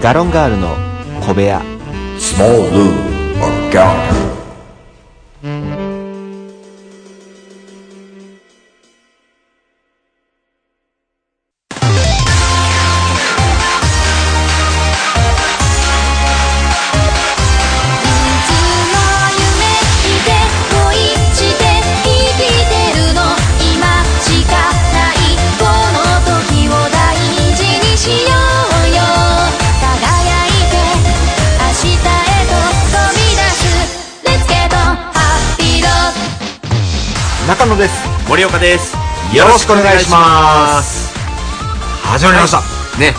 ガロンガールの小部屋 Small Lou or Gallo. いつも夢見て恋して生きてるの今しかないこの時を大事にしようよ輝いて明日へと飛び出す Let's get on Happy Road 中野です森岡ですよろしくお願いします始まりました、ね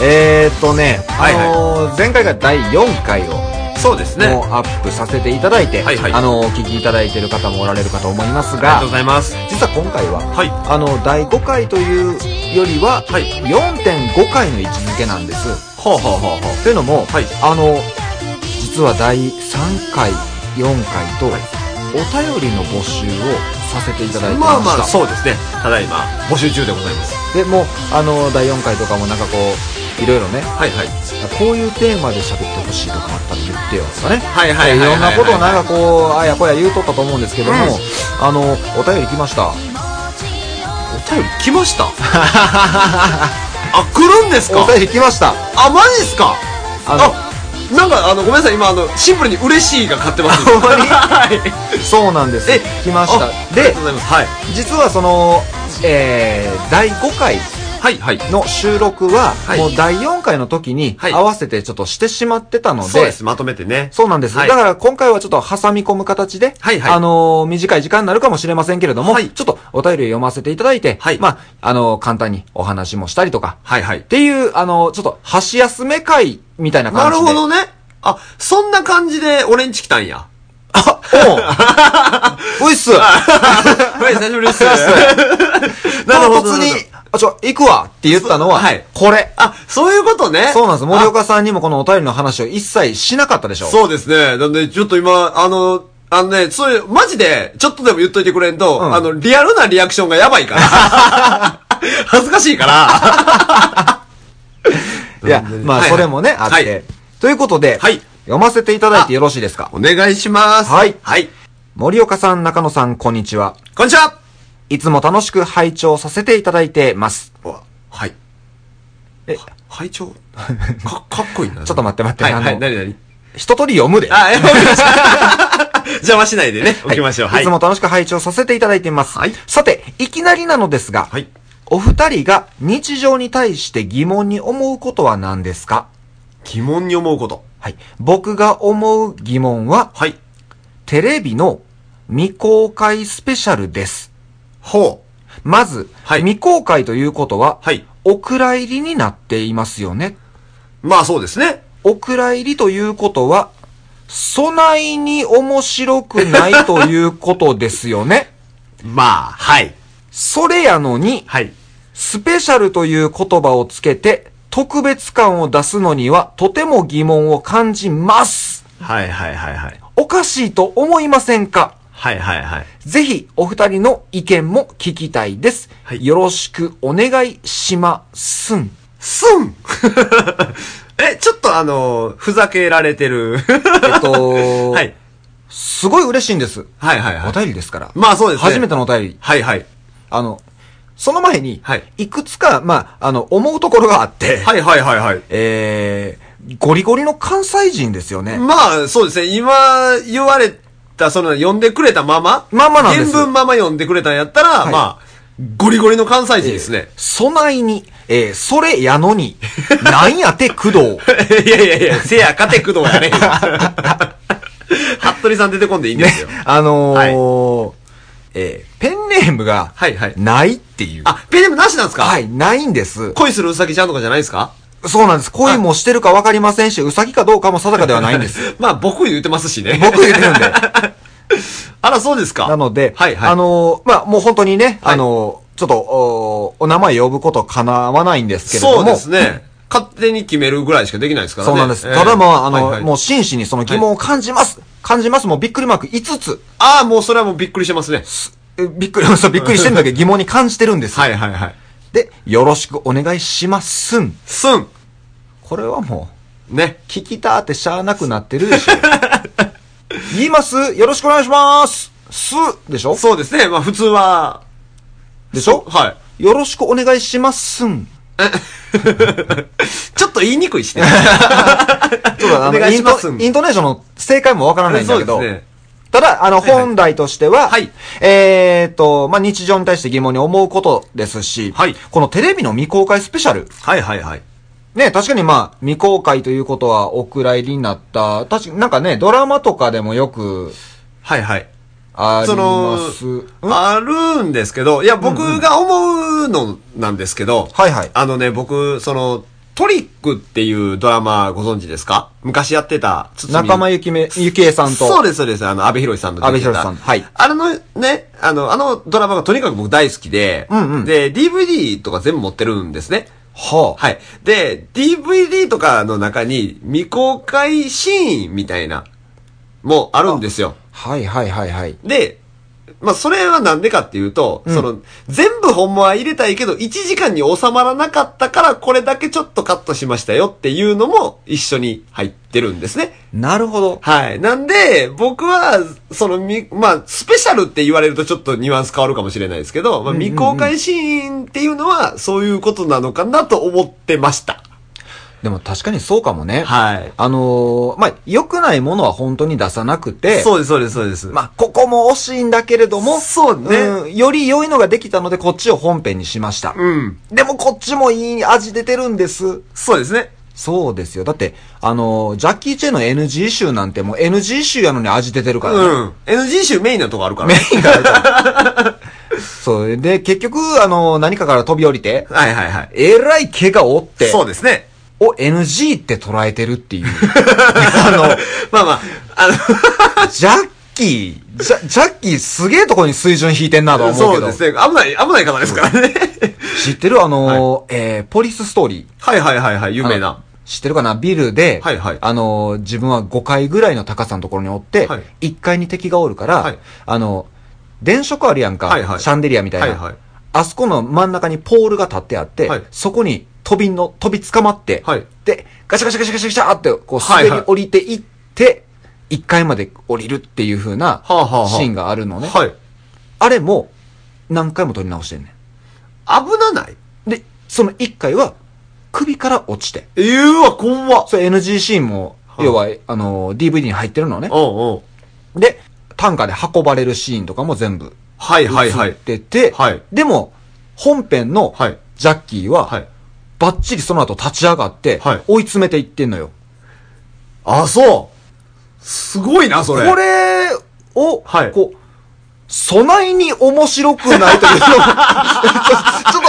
えー、っとね、はいはいあのー前回が第4回をそうですねもうアップさせていただいて、はいはいあのーお聞きいただいてる方もおられるかと思いますありががとうございます実は今回は、はいあの第5回というよりは、はい4.5回の位置づけなんですほうほうほうほというのも、はいあの実は第3回4回と、お便りの募集をさせていただいてまましたあまあそうですねただいま募集中でございますでもうあの第4回とかもなんかこういろいろねはいはいこういうテーマで喋ってほしいとかあったら言ってよとかねはいはいいはいはいろんなことをなんかこうあやこや言うとったと思うんですけども、あのお便り来ましたお便り来ま したあ来るんですかお便り来ましたあマジっすかああのなんかあのごめんなさい今あのシンプルに嬉しいが買って ますほんまにはいそうなんですえ来ましたあありがでとうございますはい実はそのえー、第5回はいはいの収録は、はいもう第4回の時にはい合わせてちょっとしてしまってたので、そうですまとめてねそうなんです。はいだから今回はちょっと挟み込む形で、はいはいあのー短い時間になるかもしれませんけれども、はいちょっとお便りを読ませていただいて、はいまあ、あのー簡単にお話もしたりとか、はいはいっていう、あのーちょっと箸休め会みたいなな感るじで。ほどねあそんな感じで俺んち来たんやおうおいっ すはい、久しぶりです。 なるほど。唐突なるほにど、あ、ちょ、行くわって言ったのは、はいこれ。あ、そういうことね。そうなんです。森岡さんにもこのお便りの話を一切しなかったでしょあ。そうですね。なんで、ちょっと今、あの、あのね、そういう、マジで、ちょっとでも言っといてくれんと、うんあの、リアルなリアクションがやばいから。 恥ずかしいから。いや、なんでねまあ、はいそれもね、あって、はいということで、はい読ませていただいてよろしいですかお願いします。はいはい。森岡さん、中野さん、こんにちは。こんにちは。いつも楽しく拝聴させていただいてます。はい。え、拝聴か、かっこいい な。ちょっと待って待ってはい、あのはい、なになに一通り読むで。あ、え、わかりました 邪魔しないでね、置きましょう。はい。いつも楽しく拝聴させていただいてます。はいさて、いきなりなのですが、はい。お二人が日常に対して疑問に思うことは何ですか疑問に思うこと。はい。僕が思う疑問は、はい。テレビの未公開スペシャルです。ほう。まず、はい未公開ということは、はいお蔵入りになっていますよね。まあそうですね。お蔵入りということは、備えに面白くないということですよね。まあ、はい。それやのに、はい。スペシャルという言葉をつけて、特別感を出すのには、とても疑問を感じます。はいはいはいはい。おかしいと思いませんかはいはいはい。ぜひ、お二人の意見も聞きたいです。はいよろしくお願いしますん。すん え、ちょっとあの、ふざけられ てる。えっと、 はい。すごい嬉しいんです。はいはいはおい。便りですから。まあそうですね。初めてのお便り。はいはい。あの、その前に、はいい、くつか、まあ、あの、思うところがあって、はいはいはいはい。えー、ゴリゴリの関西人ですよね。まあそうですね。今言われた、その、呼んでくれたまま。まんまなんです原文まま呼んでくれたんやったら、いまあ、ゴリゴリの関西人ですね。備えに、えー、それやの に、なんやて工藤。いやいやいや、せやかて工藤やね。 服部さん出てこんでいいんねですよ。、あのーえーペンネームがはいはい、ないっていう。あ、ペンネームなしなんですかはい、ないんです。恋するウサギちゃんとかじゃないですかそうなんです。恋もしてるかわかりませんし、うさぎかどうかも定かではないんです。 まあ僕言ってますしね。僕言ってるんで。あら、そうですか。なので、はいはい。あ、のーまあ、もう本当にね、はいあのーちょっと、おお名前呼ぶこと叶わないんですけれども。そうですね。勝手に決めるぐらいしかできないですからね。そうなんです。ええただまあ、あの、はいはいもう真摯にその疑問を感じます。感じます。もうびっくりマーク5つ。ああ、もうそれはもうびっくりしてますね。えびっくり、 そう、びっくりしてるんだけど疑問に感じてるんです。はいはいはい。で、よろしくお願いしますん。すん。これはもう、ね。聞きたってしゃあなくなってるで しょ。言いますよろしくお願いしますすでしょそうですね。まあ普通は、でしょはい。よろしくお願いしますん。ちょっと言いにく いしね。そうだ、あおの、願いイしンますトイントネーションの正解もわからないんだけどそうですね、ただ、あの、はいはい本来としてははい、えっと、まあ、日常に対して疑問に思うことですしはい、このテレビの未公開スペシャル、はいはいはい。ね、確かにまあ、未公開ということはお蔵入りになった、確かなんかね、ドラマとかでもよくはいはい。ありそのます。ん、あるんですけど、いや、僕が思うのなんですけど、はいはいあのね、僕、その、トリックっていうドラマご存知ですか昔やってた、堤仲間由紀め、ゆきえさんと。そうです、そうです。あの、安倍博さんの出てた安倍博さんはいあれのね、あの、あのドラマがとにかく僕大好きで、うんうんで、DVD とか全部持ってるんですね。はあ。はい。で、DVD とかの中に未公開シーンみたいな、もあるんですよ。はいはいはいはい。で、まあ、それはなんでかっていうと、その、全部ほんまは入れたいけど、1時間に収まらなかったから、これだけちょっとカットしましたよっていうのも一緒に入ってるんですね。なるほど。はい。なんで、僕は、その、み、まあ、スペシャルって言われるとちょっとニュアンス変わるかもしれないですけど、まあ、未公開シーンっていうのは、そういうことなのかなと思ってました。でも確かにそうかもね。はい。あのーまあ、良くないものは本当に出さなくて、そうです、そうです、そうです。まあ、ここも惜しいんだけれども、そうねんより良いのができたので、こっちを本編にしました。うん。でもこっちもいい味出てるんです。そうですね。そうですよ。だって、あのージャッキー・チェンの NG 集なんてもう NG 集やのに味出てるから、ね。うん。NG 集メインなとこあるからメね。インがあるから。そう。で、結局、あのー何かから飛び降りて、はいはいはい。えらい怪我を負って、そうですね。を NG って捉えてるっていう。 あ まあまあ、あの、の、ジャッキー、ジャジャッキーすげえとこに水準引いてんなとは思うそけうどで。すね。危ない、危ない方ですから ね。知ってるあのー、えー、ポリスストーリー。はいはいはいはい、有名あのな。。知ってるかなビルで、はいはいあのー、自分は5階ぐらいの高さのところにおって、はい1階に敵がおるから、はいあの、電飾あるやんか、はいはいシャンデリアみたいな、はいはいあそこの真ん中にポールが立ってあって、はいそこに飛びの、飛び捕まって、はいで、ガシャガシャガシャガシャガシャって、こう、は滑いはいり降りていって、1階まで降りるっていう風なシあはあはあーンがあるのね。はい。あれも、何回も撮り直してんね危なないん。で、その1回は、首から落ちて。えうわ、怖っ。それ NG シーンも、い要は、あの、DVD に入ってるのね。うんうん。で、単価で運ばれるシーンとかも全部はい映はいはっい。てて、はいでも、本編のはいジャッキーは、はい。バッチリその後立ち上がってはい、追い詰めていってんのよ。あ、そう。すごいな、それ。これを、はいこう、備えに面白くない というのちょっと、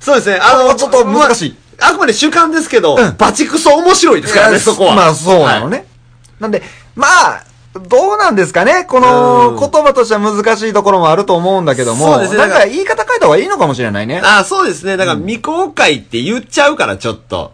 そうですね。あの、ちょっと難しいまあ。あくまで主観ですけど、うんバチクソ面白いですからいね、やそこは。まあそうなのはい。ね。なんで、まあ、どうなんですかねこのうん言葉としては難しいところもあると思うんだけども、そうですねなんだかから言い方変えた方がいいのかもしれないね。あ、そうですね。だから未公開って言っちゃうから、ちょっと、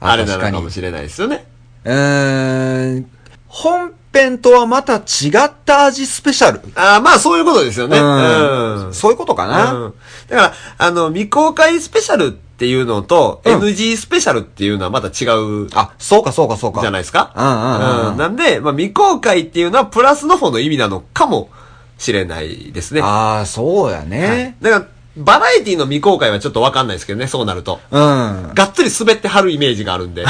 あれなのかも確しれないですよね。かにうーん。本編とはまた違った味スペシャル。あまあ、そういうことですよね。うんうんそういうことかな。うんだから、あの、未公開スペシャルっていうのと、うん NG スペシャルっていうのはまた違うじあ、そうかそうかそうか。ゃないですか。うんうんうんうんなんで、まあ、未公開っていうのはプラスの方の意味なのかもしれないですね。ああ、そうやはいね。だから、バラエティの未公開はちょっとわかんないですけどね、そうなると。うん。がっつり滑ってはるイメージがある んで。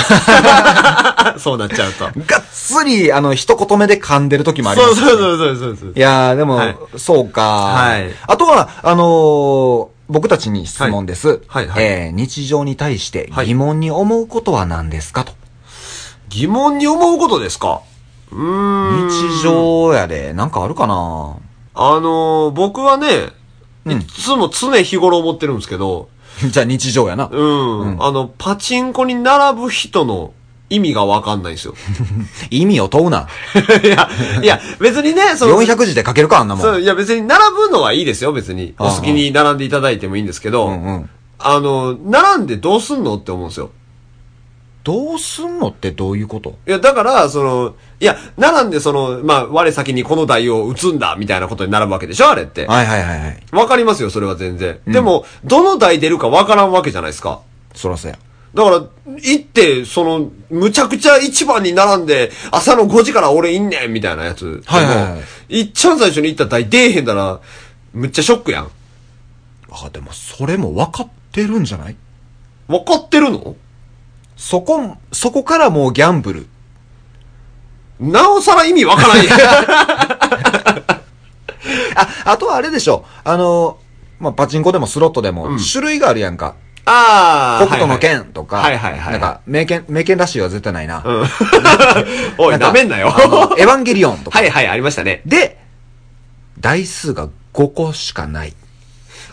そうなっちゃうと。がっつり、あの、一言目で噛んでる時もありまそすうそうそうそうそうそうい。やー、でも、はいそうか。はいあとは、あのー僕たちに質問です。はいはいはいえー日常に対してはい疑問に思うことは何ですかと。疑問に思うことですかうーん。日常やで、なんかあるかな あのー僕はね、うんいつも常日頃思ってるんですけど、じゃあ日常やな。うん、うんあの、パチンコに並ぶ人の意味がわかんないんですよ。 意味を問うな。いや、いや、別にね、その、 400字で書けるか、あんなもん。そう、いや別に並ぶのはいいですよ、別に。あおあ好きに並んでいただいてもいいんですけど、うんうん。あの、並んでどうすんのって思うんですよ。どうすんのってどういうこといや、だから、その、いや、並んでその、まあ、我先にこの台を打つんだ、みたいなことに並ぶわけでしょ、あれって。はいはいはいはい。わかりますよ、それは全然。でも、どの台出るかわからんわけじゃないですか。そらそや。だから、行って、その、むちゃくちゃ一番に並んで、朝の5時から俺いんねんみたいなやつ。はいはいはいでもいっちゃん最初に行ったら大出えへんだら、むっちゃショックやん。あ、でもそれも分かってるんじゃない分かってるのそこ、そこからもうギャンブル。なおさら意味わからんやん。 あ、あとはあれでしょ。あの、まあ、パチンコでもスロットでも、種類があるやんか。あー北斗のはい剣とか、はいはいはいなんか、名剣、名剣らしいは絶対ないな。はいおい、かなめんなよ。あ はのエヴァンゲリオンとか。いはい、ありましたね。で、台数が5個しかない。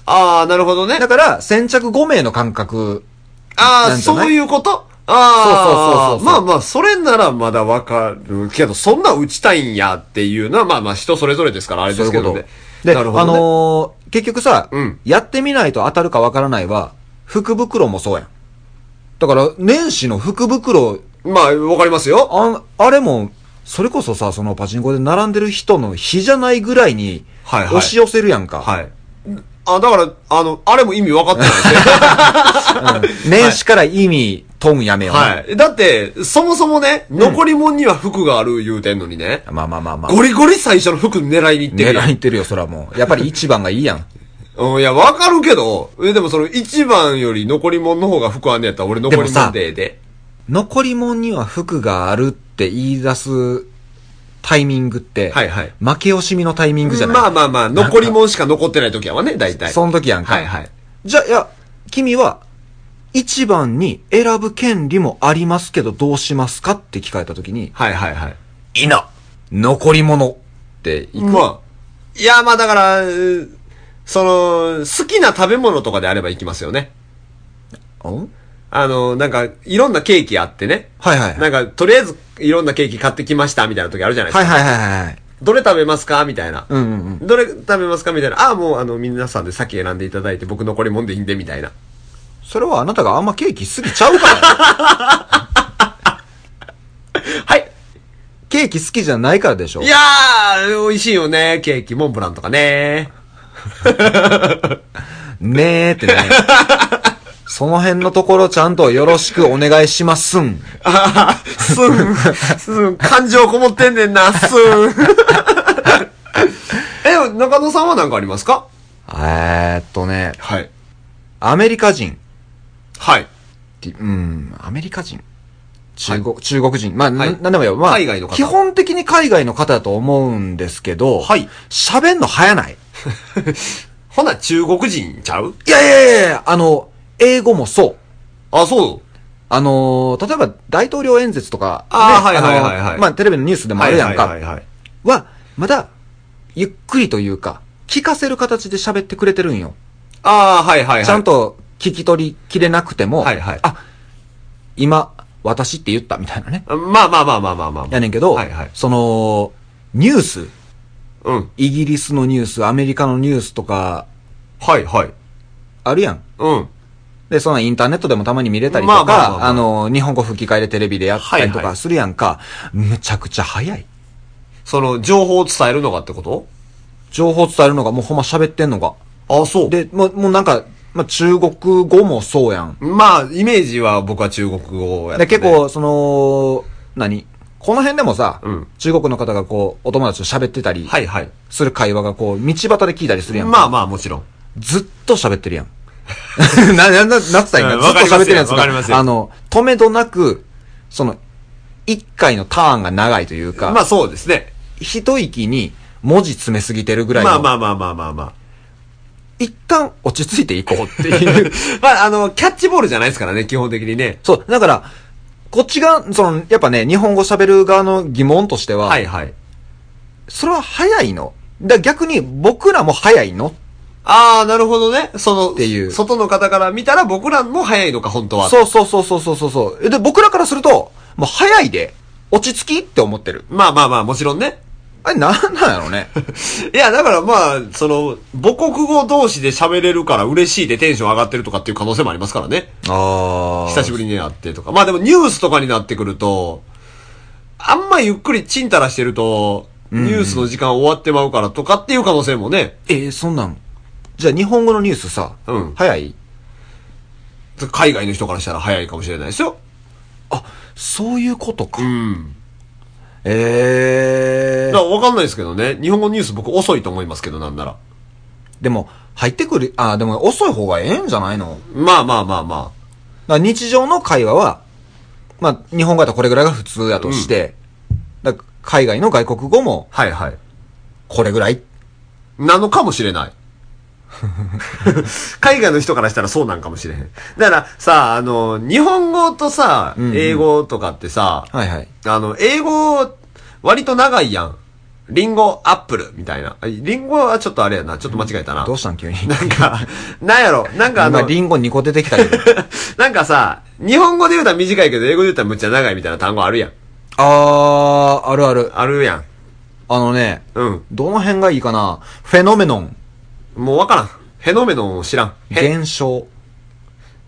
ああ、なるほどねだ。から、先着5名の感覚。あなあ、んじゃないそういうことああ、そうそうそうそうそうまあまあ、それならまだわかるけど、そんな打ちたいんやっていうのは、まあまあ人それぞれですから、あれでそういすうけこどと。ね。で、なあるほど、ね。のー結局さ、うんやってみないと当たるかわからないは、福袋もそうやん。だから、年始の福袋、まあ、わかりますよ。ああれも、それこそさ、そのパチンコで並んでる人の日じゃないぐらいに、はいはい押し寄せるやんか。はい。あ、だから、あの、あれも意味分かってない ですうね。ん年始から意味、トンやめようね。はい。だって、そもそもね、残り物には服がある言うてんのにね、まあまあまあまあ。ゴリゴリ最初の服狙いに行ってるや狙いんに行ってるよ、そらもう。やっぱり一番がいいやん。うん、いや、わかるけど、えでもその一番より残り物の方が服あんねやったら俺残りでもさ物でで。残り物には服があるって言い出すタイミングって、はいはい負け惜しみのタイミングじゃないまあまあまあ、残り物しか残ってない時やわね、大体。その時やんか。はいはい。じゃあ、いや、君は、一番に選ぶ権利もありますけど、どうしますかって聞かれた時に、はいはいはい。いいな残り物っていく、まあ、いや、まあだから、うーその、好きな食べ物とかであれば行きますよね。うんあの、なんか、いろんなケーキあってね。はいはい。はないんか、とりあえず、いろんなケーキ買ってきました、みたいな時あるじゃないですか。はいはいはい。どれ食べますかみたいな。うんうんうん。どれ食べますかみたいな。ああ、もう、あの、皆さんで先選んでいただいて、僕残り物でいいんで、みたいな。それはあなたがあんまケーキ好きちゃうから。はい。ケーキ好きじゃないからでしょいやー、美味しいよね。ケーキ、モンブランとかね。ねえ ってね。その辺のところちゃんとよろしくお願いしますん。あーすん、すん、感情こもってんねんな、すん。え、中野さんは何かありますかえーっとね、はい。アメリカ人はい。って、うん、アメリカ人中国、中国人。まあ、なはいなんでもよ。まあ、海外の方基本的に海外の方だと思うんですけど、はい喋んの早ない。ほな、中国人ちゃういやいやいやいや、あの、英語もそう。あ、そう。あのー例えば大統領演説とか、あーはいのはいはいはいまあ、テレビのニュースでもあるやんか。はいはいはいはい。は、まだ、ゆっくりというか、聞かせる形で喋ってくれてるんよ。ああ、はいはいはい。ちゃん。と聞き取りきれなくても、はいはいあ、今、私って言ったみたいなね。まあまあまあまあまあまあ。やねんけど、はいはい。その、ニュース、うん。イギリスのニュース、アメリカのニュースとか、はいはい。あるやん。うん。で、そのインターネットでもたまに見れたりとまあまあまあまか、ああの、日本語吹き替えでテレビでやったりとはいはかいするやんか、むちゃくちゃ早い。その、情報を伝えるのがってこと情報伝えるのがもうほんま喋ってんのが。あ、そで、で、もう、もうなんか、まあ、中国語もそうやん。まあ、イメージは僕は中国語やったで、んで結、構、その、何この辺でもさ、うん中国の方がこう、お友達と喋ってたり、はいはい。する会話がこう、道端で聞いたりするやん。まあまあ、もちろん。ずっと喋ってる やん。な、な、な、なってたんや。うんずっと喋ってるやつわかりますよが、あの、止めどなく、その、一回のターンが長いというか、まあそうですね。一息に文字詰めすぎてるぐらいの、まあまあまあまあまあまあ。一旦落ち着いていこうっていう。 まあ、あの、キャッチボールじゃないですからね、基本的にね。 そう、だから、こっちが、その、やっぱね、日本語喋る側の疑問としては、はいはい。それは早いのだから逆に僕らも早いのああ、なるほどね。その、っていう外の方から見たら僕らも早いのか、本当は。そうそうそうそうそうそうそう。で、僕らからすると、もう早いで、落ち着きって思ってる。まあまあまあ、もちろんね。 あれ、なんなんやろうね。いや、だからまあ、その、母国語同士で喋れるから嬉しいでテンション上がってるとかっていう可能性もありますからね。あ久しぶり。りに会ってとか。まあでもニュースとかになってくると、あんまゆっくりチンタラしてると、ニュースの時間終わってまうからとかっていう可能性もね。えーそんなん。じゃあ、日本語のニュースさ、うん早い海外の人からしたら早いかもしれないですよ。あ、そういうことか。うん。ええだからわかんないですけどね。日本語ニュース僕遅いと思いますけど、なんなら。でも、入ってくる、あ、でも遅い方がええんじゃないのまあまあまあまあ。だから日常の会話は、まあ、日本語だとこれぐらいが普通やとして、だから海外の外国語もはいはい。これぐらい。なのかもし れない。海外の人からしたらそうなんかもしれへん。だからさ、あの、日本語とさ、うんうん英語とかってさ、はいはい。あの、英語、割と長いやん。リンゴ、アップル、みたいな。あリンゴはちょっとあれやな。ちょっと間違えたな。どうしたん急に。なんか、なんやろ。なんかあ今の、リンゴ2個出てきたけど。 なんかさ、日本語で言うたら短いけど、英語で言うたらむっちゃ長いみたいな単語あるやん。 あー、あるある。あるやん。あのね、うん。どの辺がいいかなフェノメノン。もうわからん。ヘノメノンを知らん。へ、現象。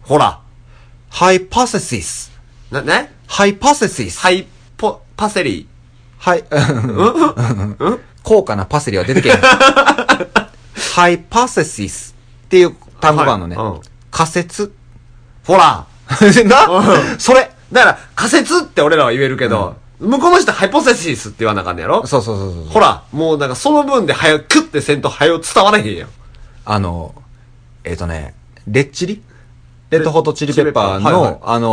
ほら。ハイパセシス。な、ねハイパセシス。ハイポ、パセリ。はい。高価なパセリは出てけ えへんハイパセシスっていう単語があるのね。はいうん仮説。 ほら。うなそれだから、仮説って俺らは言えるけど、向こうの人ハイポセシスって言わなあかんねやろそうそうそうそうそう。ほら、もうなんかその分で早くってせんと早く伝わらへんやん。あの、えっ、とね、レッチリレッドホットチリペッパーの、レッチリペッあの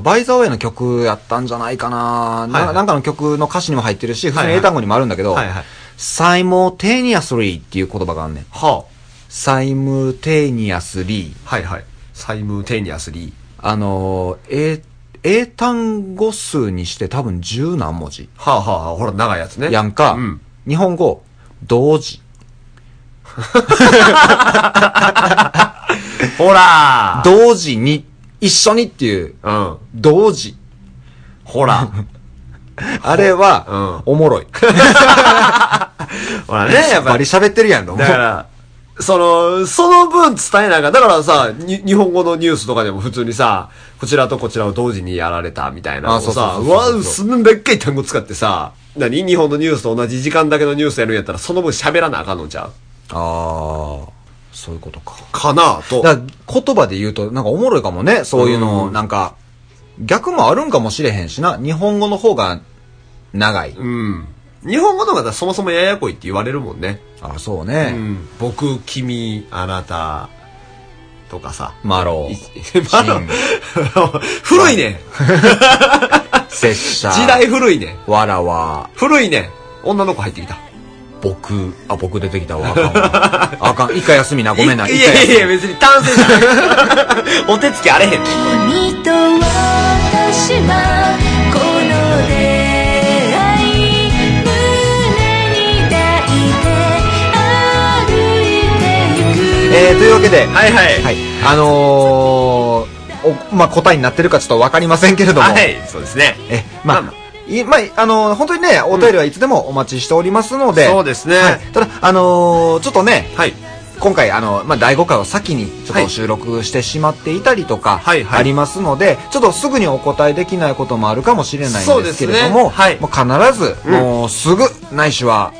ーバイザーウェイの曲やったんじゃないかな、なはいはいなんかの曲の歌詞にも入ってるし、普通はいにはい英単語にもあるんだけど、はいはいサイモテニアスリーっていう言葉があんねん。はサイムテニアスリー。あ。はいはい。サイムテニアスリー。あのー、英、英単語数にして多分十何文字はあはあはあ、ほら、長いやつね。やんか、うん。日本語、同時、ほら同時に、一緒にっていう、うん。同時。ほら。 あれは、おもろ い。ほらね、やっぱバり。リ喋ってるやんと思だうから、その、その分伝えなあかん。だからさ、に日本語のニュースとかでも普通にさ、こちらとこちらを同時にやられたみたいなのをあそうそうさ、そううそうわそうう、すんでっかい単語使ってさ、何日本のニュースと同じ時間だけのニュースやるんやったら、その分喋らなあかんのちゃうああ、そういうことか。かなあと。だから言葉で言うと、なんかおもろいかもね、そういうの、うんなんか、逆もあるんかもしれへんしな、日本語の方が長い。うん。日本語の方がそもそもややこいって言われるもんね。あそううね。ん。僕、君、あなた、とか さ。マロいマまロだ 古いね。拙者、時代古いね。わらわ、古いね。女の子入ってきた。僕、あ、僕出てきたわ。あかんわ。あかん。一回休みな、ごめんな。 い一や回休いみやい や、別に単線じゃない。お手つきあれへんねん。君と私はこの出会い胸に抱いて歩いてゆくえー、というわけで、はいはい。はい。あのー、お、まあ、答えになってるかちょっとわかりませんけれども。はい、そうですね。え、ままあ、いまあ、あの、本当にね、お便りはいつでもお待ちしておりますので。そうですねはいただ、あのーちょっとね、はい。今回、あの、まあ、第5回を先に、ちょはっいと収録してしまっていたりとか、はいはいありますので、ちょっとすぐにお答えできないこともあるかもしれないそうんでですすねけれども、はいもう必ず、うんもうすぐ、ないしは、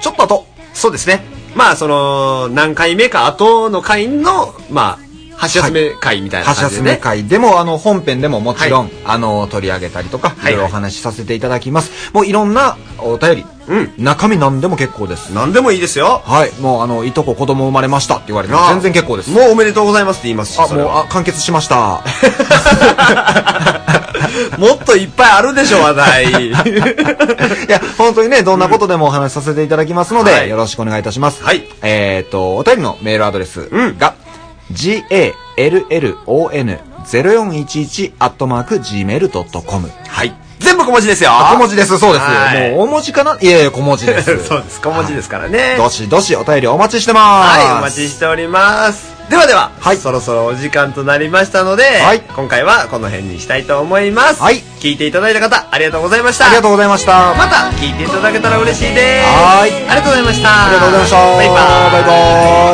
ちょっと後、そうですね。まあ、その、何回目か後の回の、まあ、箸休め会みたいな箸感じ休でね。め会でも、あの、本編でももちろん、はあの、取り上げたりとか、いはいいろいろお話しさせていただきます。もういろんなお便り、うん中身なんでも結構です。何でもいいですよ。はい、もうあの、いとこ子供生まれましたって言われてもああ全然結構です。もうおめでとうございますって言いますし、あ、それもう、はあ、完結しま した。もっといっぱいあるでしょ、話題。 いや、本当にね、どんなことでもお話しさせていただきますので、はいよろしくお願いいたします。はいえっ、と、お便りのメールアドレスうんが、gallon0411 アットマーク gmail.com。はい。全部小文字ですよ。小文字です、そうです。はいもう大文字かないやいや、小文字です。 そうです。小文字ですからね。どしどしお便りお待ちしてます。はい、お待ちしております。ではでは、はいそろそろお時間となりましたので、はい今回はこの辺にしたいと思います。はい聞いていただいた方、ありがとうございました。ありがとうございました。また聞いていただけたら嬉しいです。はいありがとうございました。ありがとうございました。バイバーイ。バイ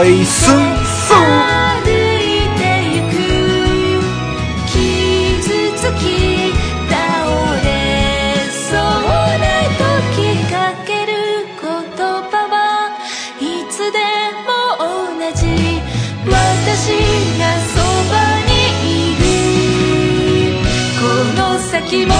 バイ。スンスン。歩いてゆく傷つき倒れそうな時かける言葉はいつでも同じ私がそばにい気持ち